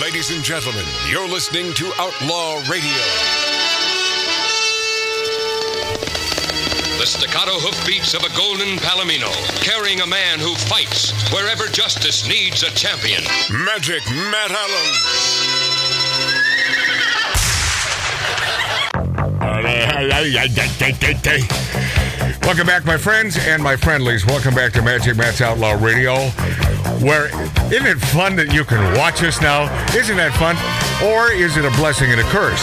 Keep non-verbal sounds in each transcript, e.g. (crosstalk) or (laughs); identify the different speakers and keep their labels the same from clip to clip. Speaker 1: Ladies and gentlemen, you're listening to Outlaw Radio.
Speaker 2: The staccato hoofbeats of a golden palomino, carrying a man who fights wherever justice needs a champion.
Speaker 1: Magic Matt Allen.
Speaker 3: Welcome back, my friends and my friendlies. Welcome back to Magic Matt's Outlaw Radio, where isn't it fun that you can watch us now? Isn't that fun? Or is it a blessing and a curse?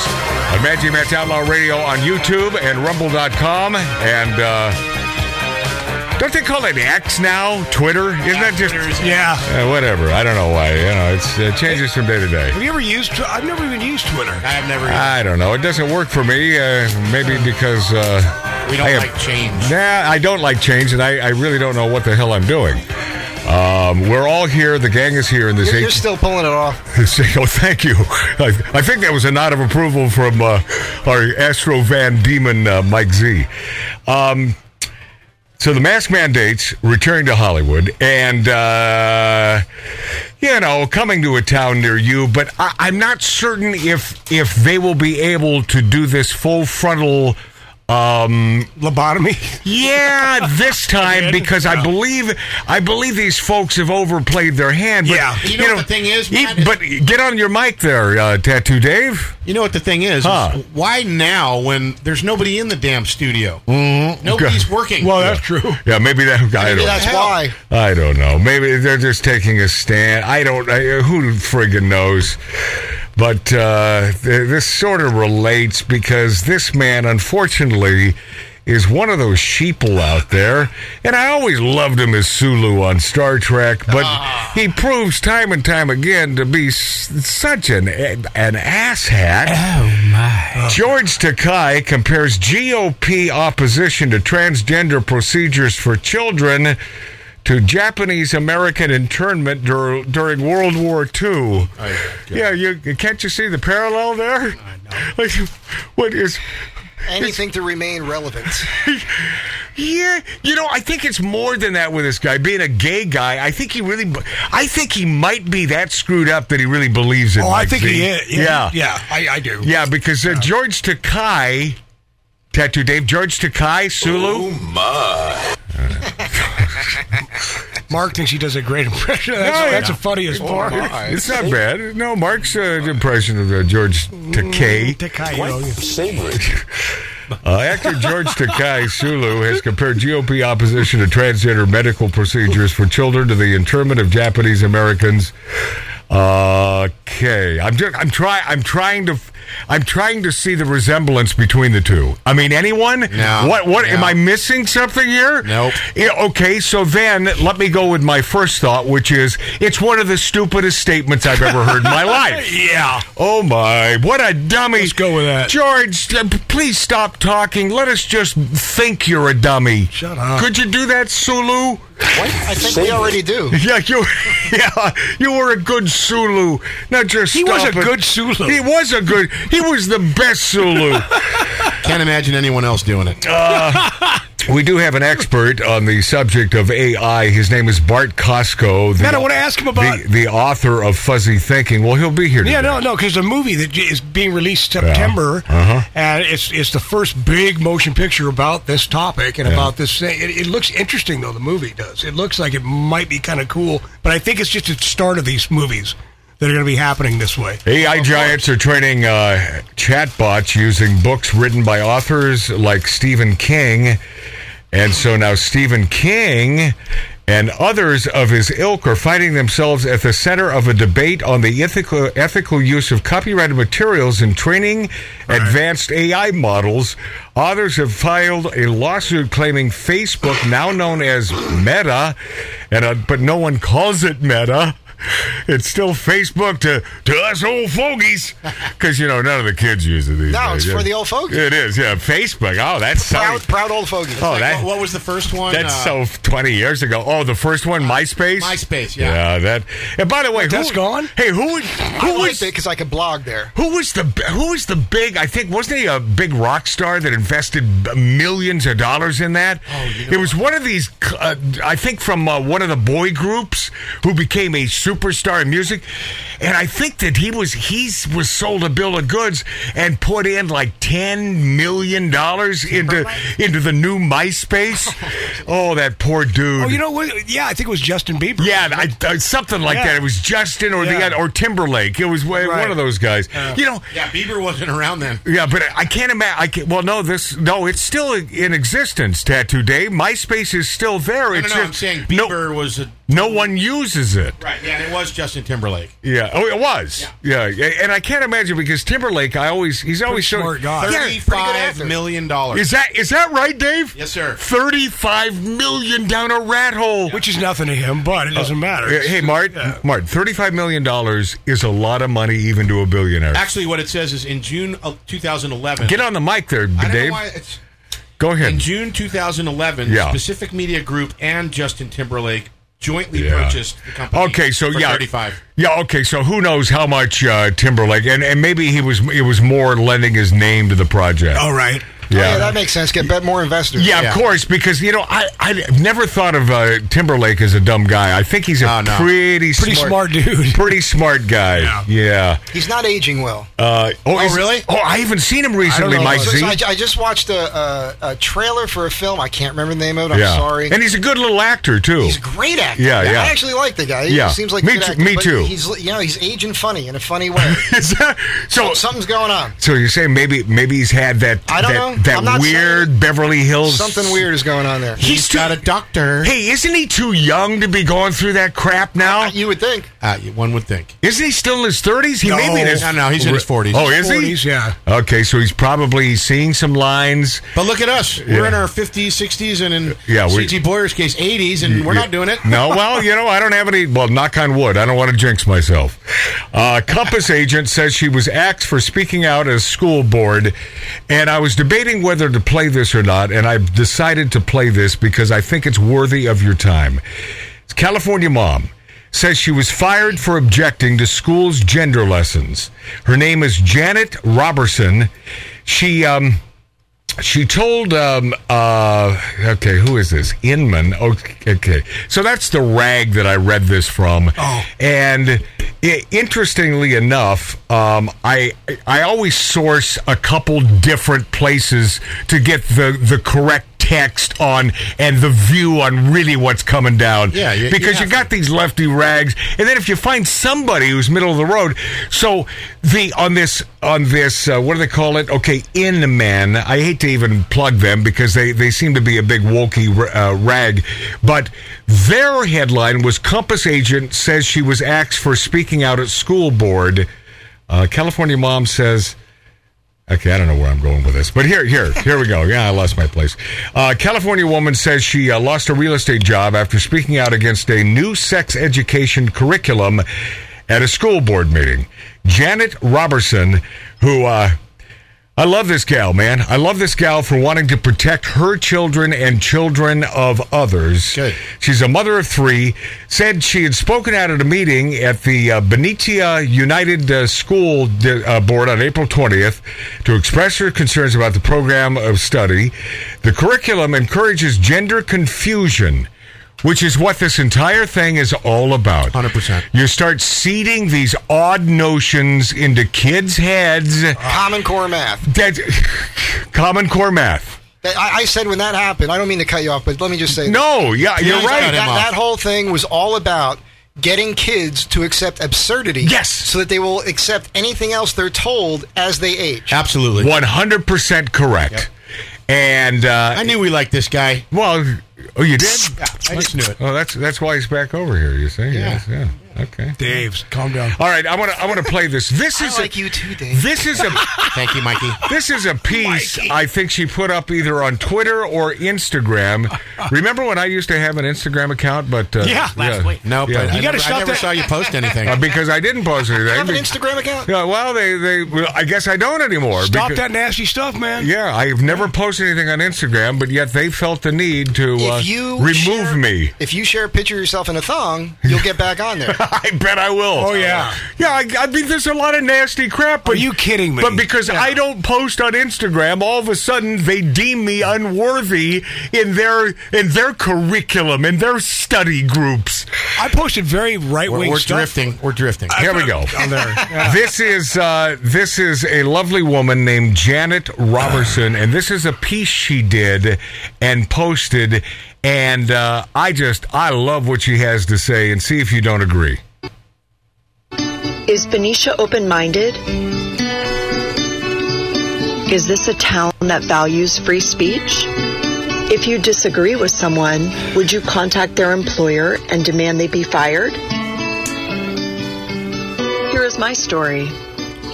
Speaker 3: On Magic Matt's Outlaw Radio on YouTube and Rumble.com and. Uh, don't they call it X now? Twitter? Isn't that just
Speaker 4: Yeah.
Speaker 3: Uh, whatever? I don't know why. You know, it's uh, changes from day to day.
Speaker 4: Have you ever used? Tw- I've never even used Twitter.
Speaker 5: I've never.
Speaker 3: I don't know. It doesn't work for me. Uh, maybe because uh,
Speaker 5: we don't
Speaker 3: I have-
Speaker 5: like change.
Speaker 3: Nah, I don't like change, and I, I really don't know what the hell I'm doing. Um, we're all here. The gang is here in this.
Speaker 6: You're, you're
Speaker 3: eight-
Speaker 6: still pulling
Speaker 3: (laughs)
Speaker 6: it off.
Speaker 3: oh, thank you. I, I think that was a nod of approval from uh, our Astro Van Demon uh, Mike Z. Um, so the mask mandates returning to Hollywood, and uh, you know, coming to a town near you. But I, I'm not certain if if they will be able to do this full frontal. Um,
Speaker 4: Lobotomy.
Speaker 3: yeah,
Speaker 4: (laughs)
Speaker 3: this time because I believe I believe these folks have overplayed their hand. But,
Speaker 4: Yeah.
Speaker 5: You know what the thing is,
Speaker 3: e-
Speaker 5: Matt, is-
Speaker 3: but get on your mic there, uh, Tattoo Dave.
Speaker 5: You know what the thing is?
Speaker 3: Huh.
Speaker 5: is why now when there's nobody in the damn studio? Nobody's working.
Speaker 4: Well, that's true.
Speaker 3: Yeah, maybe that. I
Speaker 5: Maybe
Speaker 3: don't.
Speaker 5: that's
Speaker 3: know.
Speaker 5: why.
Speaker 3: I don't know. Maybe they're just taking a stand. I don't. I, who friggin' knows? But uh, th- this sort of relates because this man, unfortunately, is one of those sheeple out there. And I always loved him as Sulu on Star Trek, but he proves time and time again to be s- such an an asshat. George Takai compares GOP opposition to transgender procedures for children to Japanese American internment dur- during World War II. yeah, you can't you see the parallel there? Like, what is?
Speaker 6: Anything to remain relevant.
Speaker 3: (laughs) Yeah, you know, I think it's more than that with this guy being a gay guy. I think he really, I think he might be that screwed up that he really believes it.
Speaker 4: Oh, I
Speaker 3: Mike
Speaker 4: think
Speaker 3: Z.
Speaker 4: he is.
Speaker 3: Yeah,
Speaker 4: Yeah, I, I do.
Speaker 3: Yeah, because uh, George Takai, Tattoo Dave, George Takai, Sulu.
Speaker 4: Oh, Mark thinks he does a great impression. That's,
Speaker 3: No,
Speaker 4: that's
Speaker 3: yeah. Oh,
Speaker 4: the funniest part. (laughs)
Speaker 3: It's not bad. No, Mark's uh, impression of uh, George Takai.
Speaker 4: Takai, you know,
Speaker 3: (laughs) Uh, actor George Takai Sulu has compared GOP opposition to transgender medical procedures for children to the internment of Japanese Americans. Okay, I'm just, I'm try I'm trying to I'm trying to see the resemblance between the two. I mean, anyone?
Speaker 5: No.
Speaker 3: What what am
Speaker 5: No.
Speaker 3: I missing something here?
Speaker 5: Nope.
Speaker 3: Yeah, okay, so then let me go with my first thought, which is it's one of the stupidest statements I've ever heard in
Speaker 4: (laughs)
Speaker 3: my life.
Speaker 4: yeah.
Speaker 3: Oh my, what a dummy.
Speaker 4: Let's go with that.
Speaker 3: George, uh, p- please stop talking. Let us just think you're a dummy.
Speaker 4: Shut up.
Speaker 3: Could you do that, Sulu? (laughs)
Speaker 6: I think we already do.
Speaker 3: Yeah, you (laughs) yeah, you were a good Sulu. Now just
Speaker 4: He was
Speaker 3: stop
Speaker 4: a
Speaker 3: it.
Speaker 4: good Sulu.
Speaker 3: He was a good he was the best
Speaker 4: (laughs)
Speaker 3: Sulu.
Speaker 5: Can't imagine anyone else doing it.
Speaker 3: we do have an expert on the subject of AI. His name is Bart Costco. The,
Speaker 4: Man, I wanna ask him about-
Speaker 3: the, the author of Fuzzy Thinking. Well he'll be here
Speaker 4: Yeah,
Speaker 3: today.
Speaker 4: no, no, because the movie that is being released September,
Speaker 3: Uh-huh.
Speaker 4: and it's it's the first big motion picture about this topic and about this thing. It, it looks interesting though. The movie does. It looks like it might be kind of cool, but I think it's just the start of these movies that are going to be happening this way.
Speaker 3: AI giants are training uh, chatbots using books written by authors like Stephen King. And so now Stephen King and others of his ilk are finding themselves at the center of a debate on the ethical, ethical use of copyrighted materials in training advanced AI models. Authors have filed a lawsuit claiming Facebook, now known as Meta, and uh but no one calls it Meta. (laughs) It's still Facebook to, to us old fogies. Because, you know, none of the kids use it these
Speaker 6: No,
Speaker 3: days.
Speaker 6: it's for the old fogies.
Speaker 3: It is, yeah. Facebook. Oh, that's
Speaker 6: Proud,
Speaker 3: so-
Speaker 6: proud old fogey.
Speaker 3: Oh,
Speaker 5: Like,
Speaker 3: that,
Speaker 5: what, what was the first one?
Speaker 3: that's
Speaker 5: Uh,
Speaker 3: so 20 years ago. Oh, the first one, MySpace?
Speaker 5: MySpace, yeah.
Speaker 3: that. And by the way, who-
Speaker 4: that's gone?
Speaker 3: Hey, who was
Speaker 6: I
Speaker 3: who
Speaker 6: liked
Speaker 3: was
Speaker 6: it because I could blog there.
Speaker 3: who was the who was the big? I think wasn't he a big rock star that invested millions of dollars in that? Oh, it was one of these. Uh, I think from uh, one of the boy groups who became a superstar in music, and I think that he was he was sold a bill of goods and put in like ten million dollars into into the new
Speaker 4: (laughs)
Speaker 3: MySpace. oh, that poor dude.
Speaker 4: Oh, you know what? Yeah, I think it was Justin Bieber.
Speaker 3: Yeah, I, I, something like
Speaker 4: Yeah.
Speaker 3: that. It was Justin or
Speaker 4: Yeah.
Speaker 3: the or Timberlake. It was wa- one
Speaker 4: Right.
Speaker 3: of those guys. you know,
Speaker 5: Yeah, Bieber wasn't around then.
Speaker 3: yeah, but I can't imagine. I can't, well, no, this no, it's still in existence. Tattoo Day, MySpace is still there.
Speaker 5: No, no,
Speaker 3: it's
Speaker 5: no, I'm
Speaker 3: just-
Speaker 5: saying
Speaker 3: no-
Speaker 5: Bieber was a
Speaker 3: No one uses it.
Speaker 5: right. Yeah, and it was Justin Timberlake.
Speaker 3: Yeah. Oh, it was. Yeah. yeah. And I can't imagine because Timberlake, I always he's always so
Speaker 4: smart guy.
Speaker 3: Yeah.
Speaker 5: Thirty-five million dollars.
Speaker 3: Is that is that right, Dave?
Speaker 5: Yes, sir.
Speaker 3: Thirty-five million down a rat hole.
Speaker 4: Which is nothing to him, but it doesn't matter.
Speaker 3: Uh, Hey, Mart, Mart, thirty-five million dollars is a lot of money, even to a billionaire.
Speaker 5: Actually, what it says is in June of 2011.
Speaker 3: Get on the mic there,
Speaker 5: I don't
Speaker 3: Dave.
Speaker 5: know why it's
Speaker 3: Go ahead.
Speaker 5: in June 2011.
Speaker 3: Yeah.
Speaker 5: Pacific Media Group and Justin Timberlake jointly
Speaker 3: Yeah.
Speaker 5: purchased the company.
Speaker 3: Okay, so
Speaker 5: for
Speaker 3: yeah,
Speaker 5: 35.
Speaker 3: Yeah, okay, so who knows how much uh, Timberlake and, and maybe he was it was more lending his name to the project.
Speaker 4: All right.
Speaker 6: Yeah. that makes sense. Get bet more investors.
Speaker 3: Yeah,
Speaker 5: Yeah.
Speaker 3: of course, because you know I I've never thought of uh, Timberlake as a dumb guy. I think he's a
Speaker 5: Oh, no.
Speaker 3: pretty
Speaker 4: Pretty smart
Speaker 3: (laughs)
Speaker 4: dude.
Speaker 3: pretty smart guy. Yeah.
Speaker 6: He's not aging well.
Speaker 3: Uh, oh, is-
Speaker 5: really?
Speaker 3: Oh, I haven't seen him recently,
Speaker 6: So-
Speaker 3: Mike
Speaker 6: so
Speaker 3: Z.
Speaker 6: I, I just watched a, a, a trailer for a film. I can't remember the name of it. I'm
Speaker 3: yeah,
Speaker 6: sorry.
Speaker 3: and he's a good little actor too.
Speaker 6: He's a great actor.
Speaker 3: Yeah, yeah.
Speaker 6: I actually like the guy. He
Speaker 3: Yeah.
Speaker 6: seems like a
Speaker 3: Me
Speaker 6: good
Speaker 3: too-
Speaker 6: actor,
Speaker 3: me
Speaker 6: but
Speaker 3: too.
Speaker 6: He's you know he's aging funny in a
Speaker 3: (laughs)
Speaker 6: funny way.
Speaker 3: Is that- so
Speaker 6: Something's going on.
Speaker 3: so you're saying maybe maybe he's had that
Speaker 6: I don't know.
Speaker 3: that, that
Speaker 6: I'm not
Speaker 3: weird
Speaker 6: saying-
Speaker 3: Beverly Hills
Speaker 6: Something weird is going on there.
Speaker 3: He's too-
Speaker 5: got a doctor.
Speaker 3: Hey, isn't he too young to be going through that crap now?
Speaker 6: You would think.
Speaker 5: Uh, one would think.
Speaker 3: Isn't he still in his thirties? He may be in his.
Speaker 5: no, no, he's in his 40s.
Speaker 3: Oh, is
Speaker 4: Forties,
Speaker 3: he?
Speaker 4: yeah.
Speaker 3: Okay, so he's probably seeing some lines.
Speaker 5: But look at us. We're in our 50s, 60s, and in
Speaker 3: Yeah, we-
Speaker 5: C.G. Boyer's case, 80s, and we're not doing it.
Speaker 3: (laughs) No, well, you know, I don't have any. Well, knock on wood. I don't want to jinx myself. Uh, Compass agent says she was axed for speaking out as school board, and I was debating whether to play this or not, and I've decided to play this because I think it's worthy of your time. California mom says she was fired for objecting to school's gender lessons. Her name is Janet Robertson. She um. She told, um, uh, okay, who is this? Inman. Okay, okay. So that's the rag that I read this from.
Speaker 4: Oh.
Speaker 3: And i interestingly enough, um, I I always source a couple different places to get the, the correct text on and the view on really what's coming down.
Speaker 5: Yeah, you- you
Speaker 3: because you,
Speaker 5: have
Speaker 3: got these lefty rags, and then if you find somebody who's middle of the road, so the on this on this uh, what do they call it? Okay, in men. I hate to even plug them because they they seem to be a big wokey uh, rag, but their headline was Compass agent says she was axed for speaking out at school board. Uh, California mom says. Okay, I don't know where I'm going with this, but here, here, here we go. Yeah, I lost my place. Uh, California woman says she uh, lost a real estate job after speaking out against a new sex education curriculum at a school board meeting. Janet Robertson, who uh, I love this gal, man. I love this gal for wanting to protect her children and children of others.
Speaker 5: Good.
Speaker 3: She's a mother of three. Said she had spoken out at a meeting at the uh, Benicia United uh, School uh, Board on April 20th to express her concerns about the program of study. The curriculum encourages gender confusion. Which is what this entire thing is all about.
Speaker 5: 100%.
Speaker 3: You start seeding these odd notions into kids' heads.
Speaker 6: Common core math.
Speaker 3: That's common core math.
Speaker 6: That- I, I said when that happened. I don't mean to cut you off, but let me just say.
Speaker 3: No, yeah, you're
Speaker 5: he's
Speaker 3: right.
Speaker 5: got him
Speaker 6: That,
Speaker 5: off.
Speaker 6: that whole thing was all about getting kids to accept absurdity.
Speaker 3: Yes.
Speaker 6: So that they will accept anything else they're told as they age.
Speaker 5: Absolutely.
Speaker 3: One hundred percent correct. And uh,
Speaker 5: I knew we liked this guy.
Speaker 3: well, oh, you did.
Speaker 5: I just knew it.
Speaker 3: Oh, that's that's why he's back over here. You see? Yes, yeah. Okay.
Speaker 4: Dave's, calm down.
Speaker 3: All right. I want to I want to play this. This
Speaker 6: I
Speaker 3: is
Speaker 6: like
Speaker 3: a,
Speaker 6: you too, Dave.
Speaker 3: This is a
Speaker 5: Thank you, Mikey.
Speaker 3: this is a piece I think she put up either on Twitter or Instagram. Remember when I used to have an Instagram account? But uh,
Speaker 4: Yeah, last week.
Speaker 5: No, but
Speaker 3: Yeah.
Speaker 5: I
Speaker 3: You gotta
Speaker 5: never-
Speaker 4: stop
Speaker 5: I never
Speaker 4: that.
Speaker 5: saw you post anything.
Speaker 3: Uh, because I didn't post anything.
Speaker 6: have an
Speaker 3: Be- (laughs)
Speaker 6: Instagram account?
Speaker 3: Yeah, well, they they. Well, I guess I don't anymore.
Speaker 4: Stop
Speaker 3: because-
Speaker 4: that nasty stuff, man.
Speaker 3: Yeah, I've never posted anything on Instagram, but yet they felt the need to uh,
Speaker 6: If you
Speaker 3: remove
Speaker 6: share-
Speaker 3: me.
Speaker 6: (laughs)
Speaker 3: (laughs)
Speaker 6: If you share a picture of yourself in a thong, you'll get back on there.
Speaker 3: I bet I will.
Speaker 4: Oh, yeah.
Speaker 3: yeah. I, I mean, there's a lot of nasty crap. But
Speaker 4: Are you kidding me?
Speaker 3: But because
Speaker 4: Yeah.
Speaker 3: I don't post on Instagram, all of a sudden they deem me unworthy in their in their curriculum in their study groups.
Speaker 4: I posted very right
Speaker 5: We're,
Speaker 4: wing
Speaker 5: we're
Speaker 4: stuff.
Speaker 5: drifting. We're drifting.
Speaker 3: Here we
Speaker 4: (laughs)
Speaker 3: go.
Speaker 4: on there. Yeah.
Speaker 3: This is uh, this is a lovely woman named Janet Robertson, and this is a piece she did and posted. And uh, I just I love what she has to say, and see if you don't agree.
Speaker 7: Is Benicia open minded? Is this a town that values free speech? If you disagree with someone, would you contact their employer and demand they be fired? Here is my story.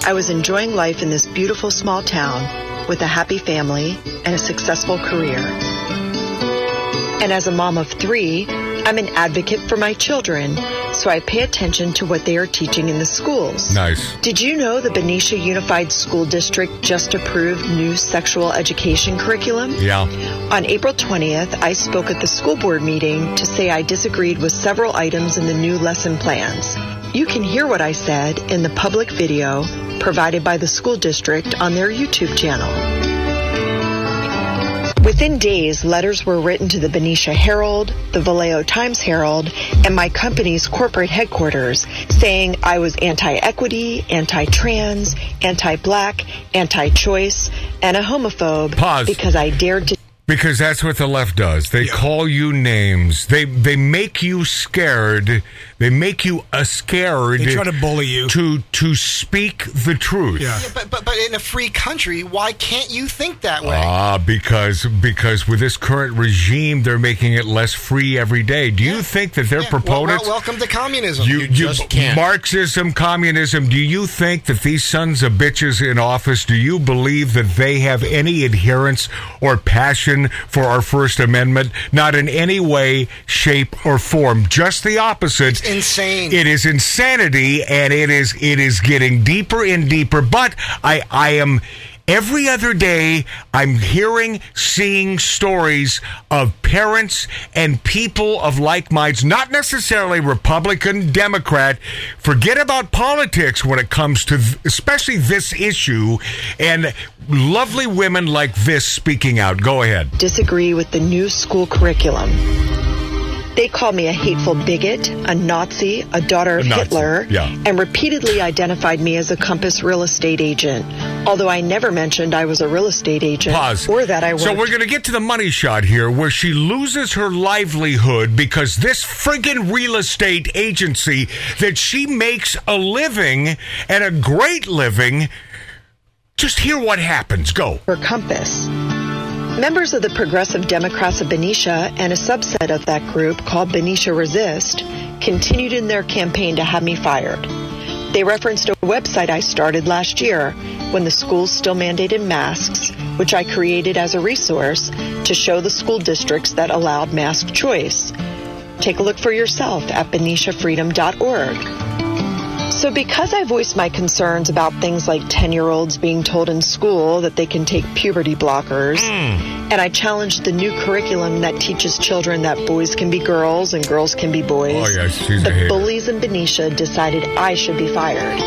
Speaker 7: I was enjoying life in this beautiful small town with a happy family and a successful career. And as a mom of three, I'm an advocate for my children, so I pay attention to what they are teaching in the schools.
Speaker 3: Nice.
Speaker 7: Did you know the Benicia Unified School District just approved new sexual education curriculum?
Speaker 3: Yeah.
Speaker 7: On April 20th, I spoke at the school board meeting to say I disagreed with several items in the new lesson plans. You can hear what I said in the public video provided by the school district on their YouTube channel. Within days, letters were written to the Benicia Herald, the Vallejo Times Herald, and my company's corporate headquarters saying I was anti equity, anti trans, anti black, anti choice, and a homophobe
Speaker 3: Pause.
Speaker 7: because I dared to
Speaker 3: Because that's what the left does. They call you names. They they make you scared. They make you a scared.
Speaker 4: They try to bully you.
Speaker 3: to to speak the truth.
Speaker 4: Yeah.
Speaker 6: But, but but in a free country, why can't you think that way?
Speaker 3: Ah, because because with this current regime, they're making it less free every day. Do you think that their
Speaker 6: Yeah, well, well,
Speaker 3: proponents?
Speaker 6: welcome to communism.
Speaker 3: you,
Speaker 5: you just can't.
Speaker 3: Marxism, communism. Do you think that these sons of bitches in office? Do you believe that they have any adherence or passion for our First Amendment? Not in any way, shape, or form. Just the opposite.
Speaker 6: It's insane.
Speaker 3: It is insanity, and it is it is getting deeper and deeper. But I I am. Every other day, I'm hearing, seeing stories of parents and people of like minds, not necessarily Republican, Democrat. Forget about politics when it comes to, th- especially this issue, and lovely women like this speaking out. Go ahead.
Speaker 7: disagree with the new school curriculum. They call me a hateful bigot, a Nazi, a daughter of
Speaker 3: A Nazi,
Speaker 7: Hitler,
Speaker 3: yeah.
Speaker 7: and repeatedly identified me as a Compass real estate agent, although I never mentioned I was a real estate agent
Speaker 3: Pause.
Speaker 7: or that I worked
Speaker 3: So we're going to get to the money shot here where she loses her livelihood because this friggin' real estate agency that she makes a living and a great living. Just hear what happens. Go.
Speaker 7: for Compass. Members of the Progressive Democrats of Benicia and a subset of that group called Benicia Resist continued in their campaign to have me fired. They referenced a website I started last year when the schools still mandated masks, which I created as a resource to show the school districts that allowed mask choice. Take a look for yourself at beniciafreedom.org. So, because I voiced my concerns about things like 10 year olds being told in school that they can take puberty blockers, and I challenged the new curriculum that teaches children that boys can be girls and girls can be boys,
Speaker 3: Oh, yeah, she's a
Speaker 7: the
Speaker 3: hater.
Speaker 7: bullies in Benicia decided I should be fired.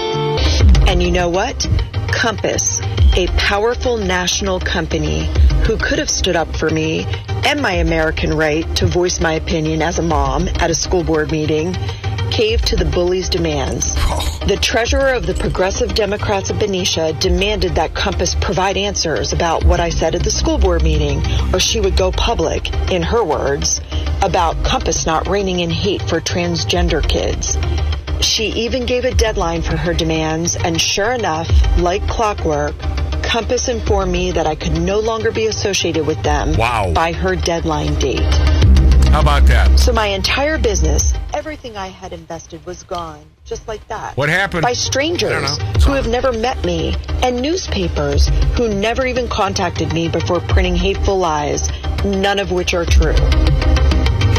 Speaker 7: And you know what? Compass, a powerful national company who could have stood up for me and my American right to voice my opinion as a mom at a school board meeting, caved to the bully's demands. The treasurer of the Progressive Democrats of Benicia demanded that Compass provide answers about what I said at the school board meeting, or she would go public, in her words, about Compass not reigning in hate for transgender kids. She even gave a deadline for her demands, and sure enough, like clockwork, Compass informed me that I could no longer be associated with them
Speaker 3: Wow.
Speaker 7: by her deadline date.
Speaker 3: How about that?
Speaker 7: So my entire business, everything I had invested was gone, just like that.
Speaker 3: What happened?
Speaker 7: By strangers who have never met me and newspapers who never even contacted me before printing hateful lies, none of which are true.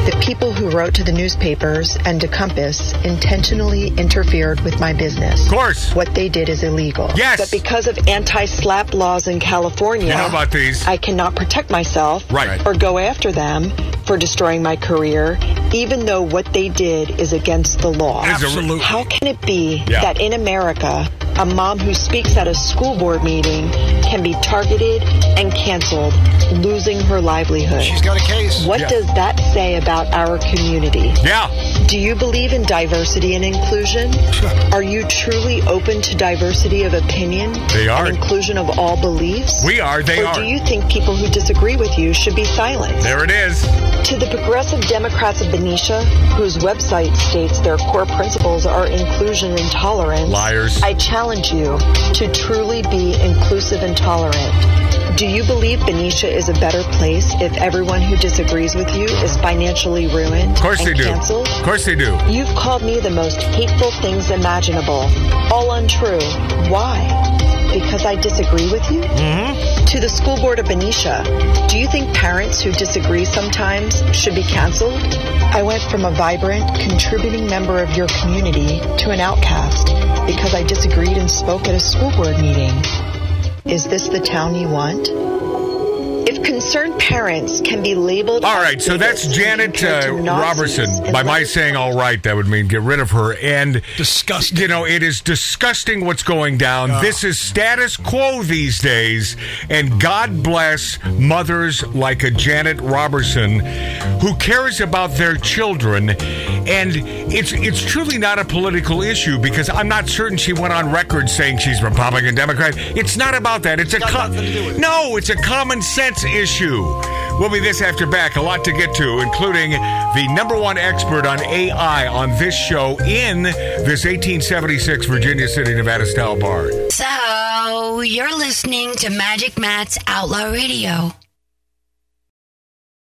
Speaker 7: that people who wrote to the newspapers and to Compass intentionally interfered with my business. Of
Speaker 3: course.
Speaker 7: What they did is illegal.
Speaker 3: Yes.
Speaker 7: But because of anti slap laws in California,
Speaker 3: You know about these.
Speaker 7: I cannot protect myself
Speaker 3: Right.
Speaker 7: or go after them for destroying my career, even though what they did is against the law.
Speaker 3: It's a-
Speaker 4: Absolutely.
Speaker 7: How can it be
Speaker 3: Yeah.
Speaker 7: that in America, a mom who speaks at a school board meeting can be targeted and canceled, losing her livelihood?
Speaker 6: She's got a case.
Speaker 7: What does that say about our community?
Speaker 3: Yeah.
Speaker 7: Do you believe in diversity and inclusion? Are you truly open to diversity of opinion?
Speaker 3: They are.
Speaker 7: And inclusion of all beliefs?
Speaker 3: We are, they
Speaker 7: or
Speaker 3: are.
Speaker 7: do you think people who disagree with you should be silenced?
Speaker 3: There it is.
Speaker 7: To the Progressive Democrats of Benicia, whose website states their core principles are inclusion and tolerance,
Speaker 3: Liars.
Speaker 7: I challenge you to truly be inclusive and tolerant. Do you believe Benicia is a better place if everyone who disagrees with you is financially ruined
Speaker 3: Of course
Speaker 7: and
Speaker 3: they do.
Speaker 7: canceled?
Speaker 3: Of course they do.
Speaker 7: You've called me the most hateful things imaginable. All untrue. Why? Because I disagree with you? Mm-hmm. To the school board of Benicia, do you think parents who disagree sometimes should be canceled? I went from a vibrant, contributing member of your community to an outcast because I disagreed and spoke at a school board meeting. Is this the town you want? If concerned parents can be labeled.
Speaker 3: All
Speaker 7: as
Speaker 3: right, so that's
Speaker 7: bigots and
Speaker 3: Janet
Speaker 7: compared
Speaker 3: uh,
Speaker 7: to Nazis
Speaker 3: Robertson.
Speaker 7: and
Speaker 3: By my
Speaker 7: letters-
Speaker 3: saying all right, that would mean get rid of her. And
Speaker 4: Disgusting.
Speaker 3: You know, it is disgusting what's going down. This is status quo these days. And God bless mothers like a Janet Robertson who cares about their children. And it's it's truly not a political issue because I'm not certain she went on record saying she's Republican, Democrat. It's not about that. It's a
Speaker 6: got
Speaker 3: com-
Speaker 6: nothing to do with it.
Speaker 3: no, it's a common sense issue. We'll be this after back. A lot to get to, including the number one expert on AI on this show in this 1876 Virginia City, Nevada style bar.
Speaker 8: So, you're listening to Magic Matt's Outlaw Radio.